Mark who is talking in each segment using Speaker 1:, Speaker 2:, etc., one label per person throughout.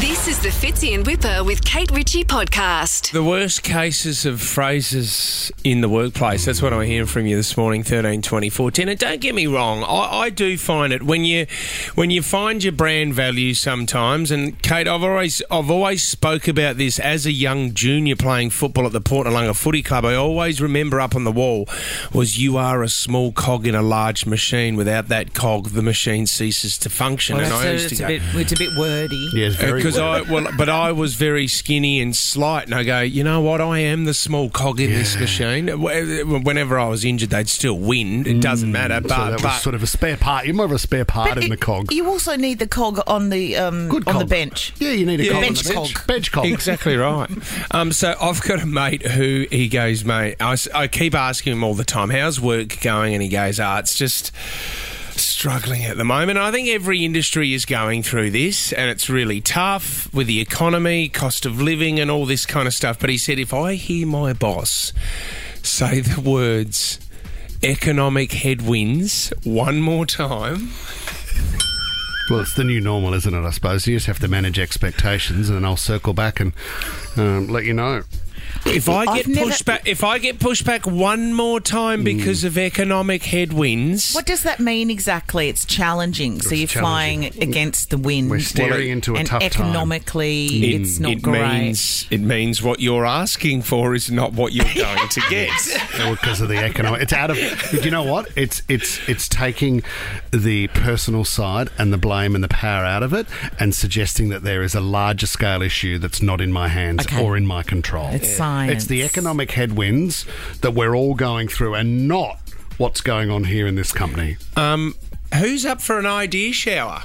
Speaker 1: This is the Fitzy and Whipper with Kate Ritchie podcast.
Speaker 2: The worst cases of phrases in the workplace. That's what I'm hearing from you this morning, 13, 20, 14. And don't get me wrong, I, I do find it when you when you find your brand value sometimes. And Kate, I've always I've always spoke about this as a young junior playing football at the Port Nalunga Footy Club. I always remember up on the wall was you are a small cog in a large machine. Without that cog, the machine ceases to function.
Speaker 3: Well,
Speaker 2: and
Speaker 3: that's
Speaker 2: I
Speaker 3: a-
Speaker 2: used to
Speaker 3: it's, a
Speaker 2: go,
Speaker 3: bit, it's a bit wordy.
Speaker 4: Yes, very
Speaker 2: because
Speaker 4: well.
Speaker 2: I well, but I was very skinny and slight, and I go, you know what? I am the small cog in this machine. Wh- Whenever I was injured, they'd still win. It doesn't matter.
Speaker 4: Mm. so that
Speaker 2: But,
Speaker 4: was
Speaker 2: but
Speaker 4: sort of a spare part. You're more of a spare part in the cog.
Speaker 5: You also need the cog on the um,
Speaker 4: Good
Speaker 5: on the
Speaker 4: cog.
Speaker 5: bench.
Speaker 4: Yeah, you need a
Speaker 2: Yeah.
Speaker 4: cog.
Speaker 5: Bench
Speaker 4: on the
Speaker 5: cog.
Speaker 4: Bench cog.
Speaker 2: exactly right. Um, so I've got a mate who he goes, mate. I, s- I keep asking him all the time, how's work going? And he goes, ah, it's just struggling at the moment. I think every industry is going through this, and it's really tough with the economy, cost of living, and all this kind of stuff. But he said, if I hear my boss say the words economic headwinds one more time,
Speaker 4: Well, it's the new normal, isn't it? I suppose you just have to manage expectations, and then I'll circle back and um, let you know.
Speaker 2: if I
Speaker 5: I've
Speaker 2: get
Speaker 5: never-
Speaker 2: pushed back, if I get pushed back one more time because of economic headwinds.
Speaker 5: What does that mean exactly? It's challenging. so you're
Speaker 4: challenging.
Speaker 5: flying against the wind.
Speaker 4: We're staring into a
Speaker 5: and
Speaker 4: tough time.
Speaker 5: economically, it's not
Speaker 2: it
Speaker 5: great.
Speaker 2: means it means what you're asking for is not what you're going to get.
Speaker 4: because of the economic. It's out of. Do you know what? It's it's it's taking the personal side and the blame and the power out of it, and suggesting that there is a larger scale issue that's not in my hands
Speaker 5: Okay.
Speaker 4: or in my control.
Speaker 5: It's science.
Speaker 4: It's the economic headwinds that we're all going through, and not what's going on here in this company.
Speaker 2: Um, who's up for an idea shower?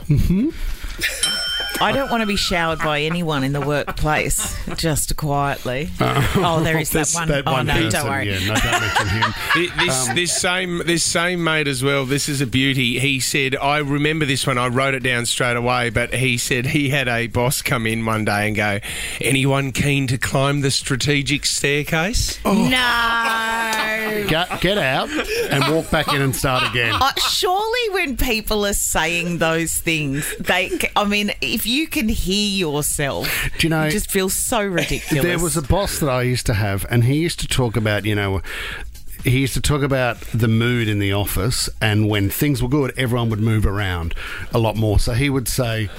Speaker 5: I don't want to be showered by anyone in the workplace. Just quietly. oh, there is that
Speaker 4: That's
Speaker 5: one.
Speaker 4: Uh, that one
Speaker 5: oh no,
Speaker 4: person,
Speaker 5: don't worry.
Speaker 4: Yeah, no, don't mention him.
Speaker 2: Th- This, this same this same mate as well. This is a beauty. He said, "I remember this one. I wrote it down straight away." But he said he had a boss come in one day and go, "Anyone keen to climb the strategic staircase?"
Speaker 5: No.
Speaker 4: Get, get out and walk back in and start again.
Speaker 5: Uh, surely, when people are saying those things, they. c- I mean, if you can hear yourself,
Speaker 4: Do you know-
Speaker 5: it just feels so ridiculous.
Speaker 4: There was a boss that I used to have, and he used to talk about, you know, he used to talk about the mood in the office, and when things were good, everyone would move around a lot more. So he would say,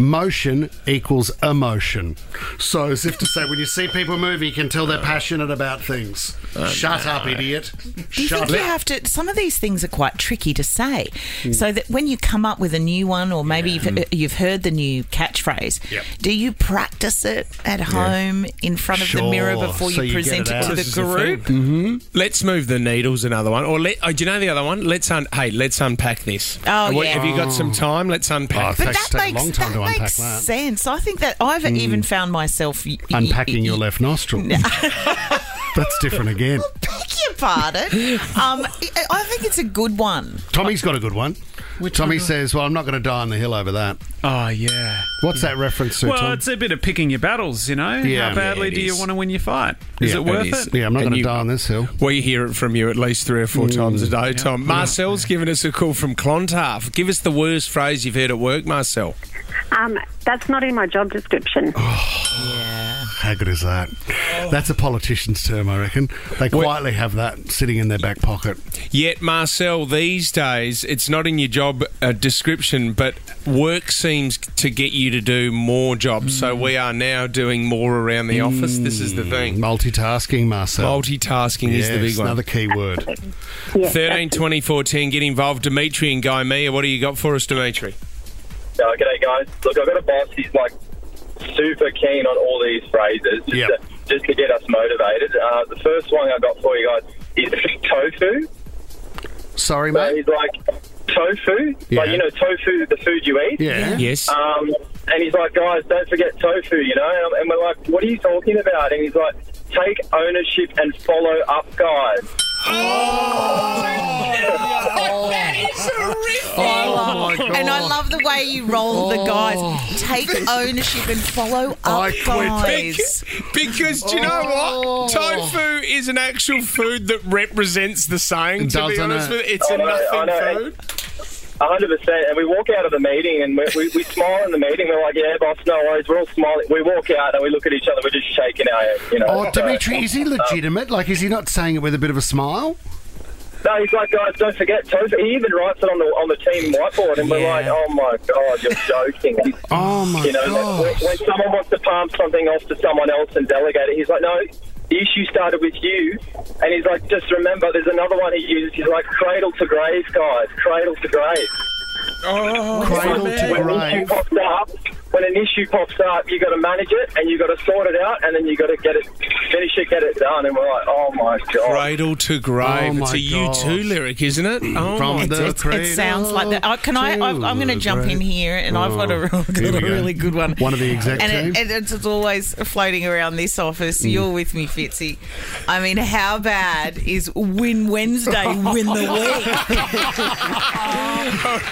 Speaker 4: Motion equals emotion. So, as if to say, when you see people move, you can tell they're passionate about things.
Speaker 6: Oh,
Speaker 4: Shut up, idiot.
Speaker 5: Do you
Speaker 4: Shut
Speaker 5: think you
Speaker 4: up.
Speaker 5: have to? Some of these things are quite tricky to say,
Speaker 4: Mm.
Speaker 5: so that when you come up with a new one, or maybe you've, uh, you've heard the new catchphrase,
Speaker 4: Yep.
Speaker 5: do you practice it at home in front of the
Speaker 4: Sure,
Speaker 5: mirror before
Speaker 4: so
Speaker 5: you
Speaker 4: you get
Speaker 5: present
Speaker 4: it
Speaker 5: it,
Speaker 4: out.
Speaker 5: to
Speaker 4: This
Speaker 5: the group?
Speaker 2: Mm-hmm. Let's move the needles. Another one, or let, oh, do you know the other one? Let's un- hey, let's unpack this.
Speaker 5: Oh,
Speaker 2: What-
Speaker 5: yeah.
Speaker 2: Have you got some time? Let's unpack.
Speaker 4: Oh,
Speaker 2: this.
Speaker 5: But
Speaker 4: Takes-
Speaker 5: that
Speaker 4: take a
Speaker 5: makes
Speaker 4: long time
Speaker 5: that
Speaker 4: to unpack
Speaker 5: makes
Speaker 4: that. Mm.
Speaker 5: sense. I think that I've even found myself y- y-
Speaker 4: Unpacking your
Speaker 5: y-
Speaker 4: left nostril. That's different again.
Speaker 5: Beg your pardon. um, I I think it's a good one.
Speaker 4: Tommy's got a good one. Tommy says, Well, I'm not going to die on the hill over that.
Speaker 6: Oh yeah.
Speaker 4: What's that reference to,
Speaker 6: Well,
Speaker 4: Tom?
Speaker 6: it's a bit of picking your battles, you know.
Speaker 4: Yeah.
Speaker 6: How badly
Speaker 2: Yeah, it
Speaker 6: do you
Speaker 2: is.
Speaker 6: want to win your fight? Is
Speaker 4: Yeah,
Speaker 6: it worth
Speaker 2: it
Speaker 6: it?
Speaker 2: is.
Speaker 4: Yeah, I'm not
Speaker 2: And
Speaker 4: going to
Speaker 2: you-
Speaker 4: die on this hill.
Speaker 2: We hear it from you at least three or four times a day, Tom. Marcel's given us a call from Clontarf. Give us the worst phrase you've heard at work, Marcel.
Speaker 7: Um, that's not in my job description.
Speaker 4: Oh, How good is that? That's a politician's term, I reckon. They quietly have that sitting in their back pocket.
Speaker 2: Yet, Marcel, these days, it's not in your job uh, description, but work seems to get you to do more jobs. So
Speaker 4: Mm.
Speaker 2: we are now doing more around the office. This is the thing.
Speaker 4: Multitasking, Marcel.
Speaker 2: Multitasking is the
Speaker 4: Mm. Yes,
Speaker 2: big one.
Speaker 4: Another key word.
Speaker 7: Yeah,
Speaker 2: 13, 20, 14, get involved. Dimitri and Guy Mia, what do you got for us, Dimitri?
Speaker 8: Uh, g'day, guys. Look, I've got a boss. He's like super keen on all these phrases just,
Speaker 4: Yep.
Speaker 8: to, just to get us motivated. Uh, the first one I got for you guys is tofu.
Speaker 4: Sorry,
Speaker 8: So
Speaker 4: mate.
Speaker 8: he's like, tofu?
Speaker 4: Yeah.
Speaker 8: Like, you know, tofu, the food you eat?
Speaker 4: Yeah.
Speaker 2: Yes.
Speaker 8: Um, and he's like, guys, don't forget tofu, you know? And, I'm- and we're like, what are you talking about? And he's like, take ownership and follow up, guys.
Speaker 4: Oh, my God.
Speaker 5: And I love the way you roll the guys. Take ownership and follow up,
Speaker 4: Oh. I quit.
Speaker 5: guys.
Speaker 2: Because, because do you know
Speaker 8: Oh.
Speaker 2: what? Tofu is an actual food that represents the saying. To be
Speaker 4: Doesn't
Speaker 2: honest
Speaker 4: it?
Speaker 2: with you, it's a
Speaker 8: I know, I
Speaker 2: nothing
Speaker 8: know.
Speaker 2: food.
Speaker 8: hundred percent. And we walk out of the meeting and we, we, we smile in the meeting. We're like, "Yeah, boss, no worries." We're all smiling. We walk out and we look at each other. We're just shaking our heads. You know.
Speaker 4: Oh,
Speaker 8: So-
Speaker 4: Dimitri, is he
Speaker 8: Um,
Speaker 4: legitimate? Like, is he not saying it with a bit of a smile?
Speaker 8: No, he's like, guys, don't forget Tofu. He even writes it on the on the team whiteboard, and we're
Speaker 5: Yeah.
Speaker 8: like, oh my god, you're joking. He's-
Speaker 4: Oh, my
Speaker 8: you know, when,
Speaker 4: gosh.
Speaker 8: when someone wants to palm something off to someone else and delegate it, he's like, no. The issue started with you, and he's like, just remember, there's another one he uses. He's like, cradle to grave, guys, cradle to grave.
Speaker 2: Oh,
Speaker 4: Cradle
Speaker 2: man.
Speaker 4: to
Speaker 8: When an issue
Speaker 4: grave.
Speaker 8: pops up, when an issue pops up, you got to manage it, and you got to sort it out, and then you got to get it, finish it, get it done. And we're like, oh my god,
Speaker 2: Cradle to
Speaker 4: Oh,
Speaker 2: grave.
Speaker 4: my
Speaker 2: it's a U two
Speaker 4: gosh.
Speaker 2: lyric, isn't it? Oh
Speaker 4: From
Speaker 2: my
Speaker 4: the-
Speaker 2: God.
Speaker 5: It's- it sounds like that. Oh, can I? i I'm going to
Speaker 4: Ooh,
Speaker 5: jump in
Speaker 4: great.
Speaker 5: here, and I've got a,
Speaker 4: Oh,
Speaker 5: real,
Speaker 4: here
Speaker 5: got
Speaker 4: we
Speaker 5: a
Speaker 4: go.
Speaker 5: really good one.
Speaker 4: One of the exec Mm.
Speaker 5: and,
Speaker 4: team.
Speaker 5: it, and it's always floating around this office. You're with me, Fitzy. I mean, how bad is Win Wednesday win the week?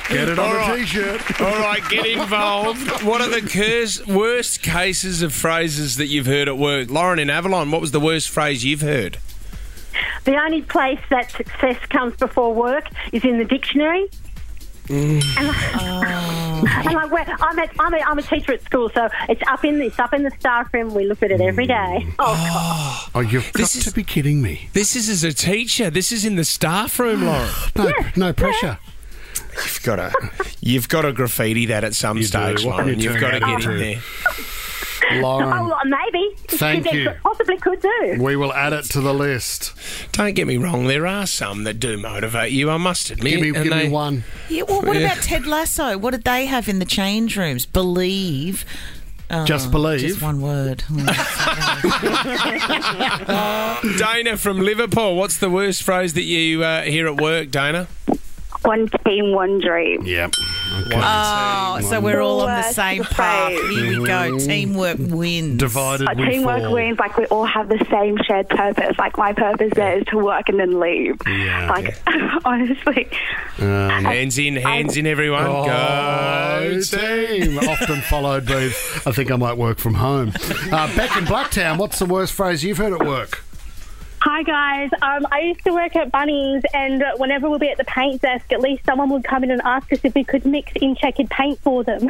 Speaker 4: Get it
Speaker 2: All
Speaker 4: on a
Speaker 2: right.
Speaker 4: t-shirt.
Speaker 2: All right, get involved. What are the curse, worst cases of phrases that you've heard at work? Lauren in Avalon, what was the worst phrase you've heard?
Speaker 7: The only place that success comes before work is in the dictionary.
Speaker 4: Mm.
Speaker 7: And,
Speaker 4: Oh.
Speaker 7: and like where, I'm, at, I'm, a, I'm a teacher at school, so it's up in this, up in the staff room. We look at it every
Speaker 4: Mm.
Speaker 7: day. Oh,
Speaker 4: Oh, you've got
Speaker 2: This is-
Speaker 4: to be kidding me.
Speaker 2: This is as a teacher. This is in the staff room, Lauren.
Speaker 4: No, no pressure.
Speaker 2: You've got to, you've got to graffiti that at some
Speaker 4: You do.
Speaker 2: stage,
Speaker 4: What
Speaker 2: Lauren.
Speaker 4: are you
Speaker 2: You've
Speaker 4: doing
Speaker 2: got to
Speaker 4: out
Speaker 2: get in
Speaker 4: there?
Speaker 2: there.
Speaker 7: oh
Speaker 4: Lauren,
Speaker 7: well, oh, maybe.
Speaker 4: Thank
Speaker 7: They
Speaker 4: you.
Speaker 7: could- Possibly could do.
Speaker 4: we will add it to the list.
Speaker 2: Don't get me wrong. There are some that do motivate you. I must admit.
Speaker 4: Give me,
Speaker 2: and
Speaker 4: give
Speaker 2: they-
Speaker 4: me one.
Speaker 5: yeah, well, what
Speaker 2: Yeah.
Speaker 5: about Ted Lasso? What did they have in the change rooms? Believe. Oh,
Speaker 4: Just believe.
Speaker 5: Just one word.
Speaker 2: Dana from Liverpool. What's the worst phrase that you uh, hear at work, Dana?
Speaker 3: One team, one dream.
Speaker 4: Yep. Okay.
Speaker 5: oh, so we're all on the
Speaker 3: Worst
Speaker 5: same
Speaker 3: phrase.
Speaker 5: path. Here we go.
Speaker 4: Mm-hmm.
Speaker 5: Teamwork wins.
Speaker 4: Divided
Speaker 3: Uh,
Speaker 4: we
Speaker 3: teamwork
Speaker 4: fall.
Speaker 3: wins. Like we all have the same shared purpose. Like my purpose there is to work and then leave.
Speaker 4: Yeah.
Speaker 3: Like honestly,
Speaker 4: Um,
Speaker 2: Hands in, hands in, everyone.
Speaker 4: Go
Speaker 2: Go
Speaker 4: Oh, team! Often followed by, I think I might work from home. Uh, back in Blacktown, what's the worst phrase you've heard at work?
Speaker 9: Hi guys, um, I used to work at Bunnings, and whenever we'll be at the paint desk, at least someone would come in and ask us if we could mix in checkered paint for them.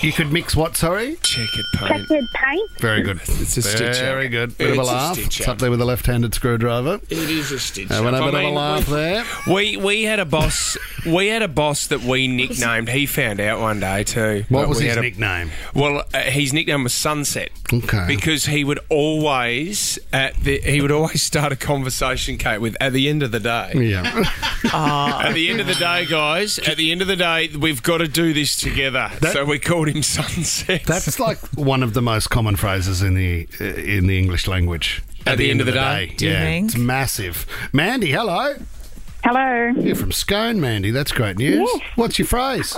Speaker 4: You could mix what, sorry?
Speaker 2: Check it, paint.
Speaker 9: checkered paint.
Speaker 4: Very good.
Speaker 2: It's a stitch
Speaker 4: Very
Speaker 2: up.
Speaker 4: good. Bit of a
Speaker 2: It's a
Speaker 4: laugh.
Speaker 2: stitch
Speaker 4: It's
Speaker 2: up.
Speaker 4: up there with a left-handed screwdriver.
Speaker 2: It is a stitch.
Speaker 4: Having a
Speaker 2: up.
Speaker 4: bit
Speaker 2: I
Speaker 4: of a
Speaker 2: mean,
Speaker 4: laugh there.
Speaker 2: We we had a boss. we had a boss that we nicknamed. He found out one day too.
Speaker 4: What
Speaker 2: But
Speaker 4: was
Speaker 2: we
Speaker 4: his
Speaker 2: had a-
Speaker 4: nickname?
Speaker 2: Well, uh, his nickname was Sunset.
Speaker 4: Okay.
Speaker 2: Because he would always at the he would always start a conversation, Kate, with at the end of the day.
Speaker 4: Yeah.
Speaker 2: At the end of the day, guys. At the end of the day, we've got to do this together.
Speaker 4: That-
Speaker 2: so we called him Sunset.
Speaker 4: That's like one of the most common phrases in the uh, in the English language.
Speaker 2: At the end of the day.
Speaker 5: you
Speaker 4: yeah,
Speaker 5: think?
Speaker 4: it's massive. Mandy, hello.
Speaker 3: hello.
Speaker 4: You're from Scone, Mandy. That's great news. What's your phrase?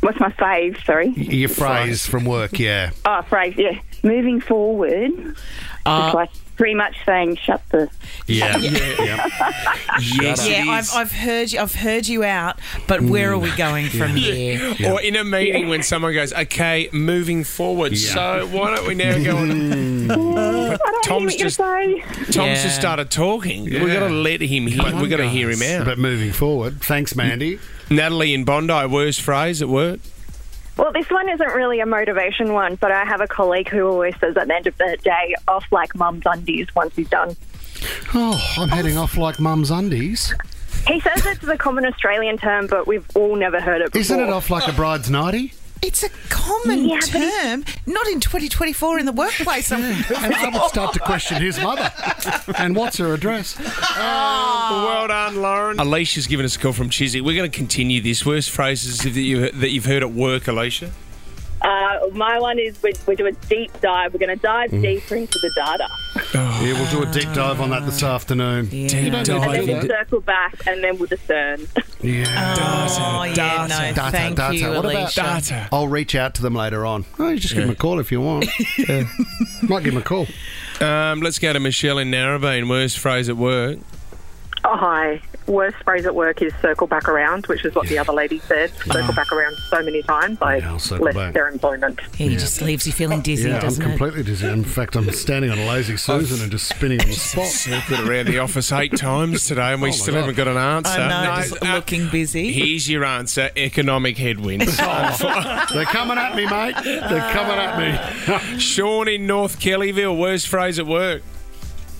Speaker 3: What's my fave? Sorry.
Speaker 4: Your phrase from work, yeah.
Speaker 3: Oh, phrase. Yeah, moving forward.
Speaker 5: Uh,
Speaker 3: it's like pretty much saying shut the.
Speaker 4: Yeah. yeah.
Speaker 2: yes,
Speaker 5: Yeah, I've, I've heard you. I've heard you out. But where are we
Speaker 4: Mm.
Speaker 5: going from here?
Speaker 2: Or in a meeting when someone goes, "Okay, moving forward."
Speaker 4: Yeah.
Speaker 2: So why don't we now go on?
Speaker 3: Mm. I don't
Speaker 2: Tom's
Speaker 3: hear
Speaker 2: just-
Speaker 3: what you're saying.
Speaker 2: Tom's
Speaker 5: Yeah.
Speaker 2: just started talking. We've got to let him hear. We've got to hear him out.
Speaker 4: But moving forward, thanks, Mandy.
Speaker 2: Natalie in Bondi, worst phrase at work.
Speaker 9: Well, this one isn't really a motivation one, but I have a colleague who always says at the end of the day, off like mum's undies once he's done.
Speaker 4: Oh, I'm heading off like mum's undies.
Speaker 9: He says it's the common Australian term, but we've all never heard it before.
Speaker 4: Isn't it off like a bride's nighty?
Speaker 5: It's a common
Speaker 9: Yeah, but
Speaker 5: term, not in 2024 in the workplace. I'm-
Speaker 4: And I would start to question his mother. And what's her address? Oh.
Speaker 2: Well done, Lauren. Alicia's given us a call from Chiswick. We're going to continue this. Worst phrases that, you, that you've heard at work, Alicia.
Speaker 9: Uh, my one is we're, we're doing a deep dive. We're going to dive
Speaker 4: Mm.
Speaker 9: deeper into the data.
Speaker 4: Yeah, we'll do a deep dive on that this afternoon.
Speaker 5: Deep
Speaker 4: don't need to
Speaker 2: dive
Speaker 4: do
Speaker 2: into-
Speaker 4: that.
Speaker 9: Circle back and then we'll discern.
Speaker 4: Yeah.
Speaker 5: Oh, yeah, no,
Speaker 4: Data,
Speaker 5: thank
Speaker 4: data.
Speaker 5: you,
Speaker 4: What about
Speaker 5: Alicia.
Speaker 2: Data.
Speaker 4: I'll reach out to them later on. Oh, you just give them a call if you want. Might give them a call.
Speaker 2: Um, let's go to Michelle in Narrabeen. Worst phrase at work.
Speaker 9: Oh, hi.
Speaker 10: worst phrase at work is circle back around, which is what the other lady said. Circle back around so many times, I
Speaker 4: Uh-huh. Yeah, I'll circle
Speaker 10: left
Speaker 4: back.
Speaker 10: their employment.
Speaker 5: He just leaves you feeling dizzy,
Speaker 4: Yeah, I'm
Speaker 5: doesn't it?
Speaker 4: completely dizzy. In fact, I'm standing on a lazy Susan and just spinning on the spot.
Speaker 2: Circled around the office eight times today, and we
Speaker 4: Oh, my
Speaker 2: still
Speaker 4: God.
Speaker 2: haven't got an answer.
Speaker 5: I know, just
Speaker 2: uh,
Speaker 5: looking busy.
Speaker 2: Here's your answer: economic headwinds.
Speaker 4: They're coming at me, mate. They're coming at me.
Speaker 2: Sean in North Kellyville. Worst phrase at work.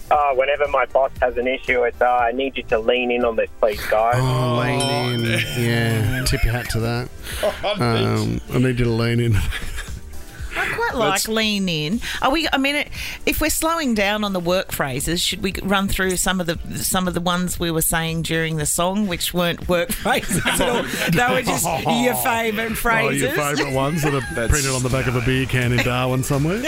Speaker 8: Uh, whenever my boss has an issue, it's uh, I need you to lean in on this, please, guys.
Speaker 4: Oh, lean in. Yeah, tip your hat to that. Um, I need you to lean in.
Speaker 5: I quite like lean in. Are we? I mean, if we're slowing down on the work phrases, should we run through some of the some of the ones we were saying during the song, which weren't work phrases at all? They were just your favourite
Speaker 4: Oh,
Speaker 5: phrases.
Speaker 4: your favourite ones that are printed on the back of a beer can in Darwin somewhere.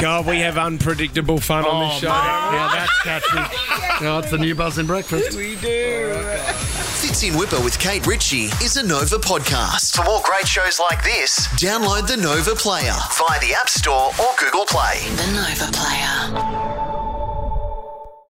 Speaker 2: God, we have unpredictable fun on this show.
Speaker 4: yeah, that's catchy. Oh, it's the new buzz in breakfast.
Speaker 11: Fitz in Whipper with Kate Ritchie is a Nova podcast. For more great shows like this, download the Nova Player via the App Store or Google Play.
Speaker 12: The Nova Player.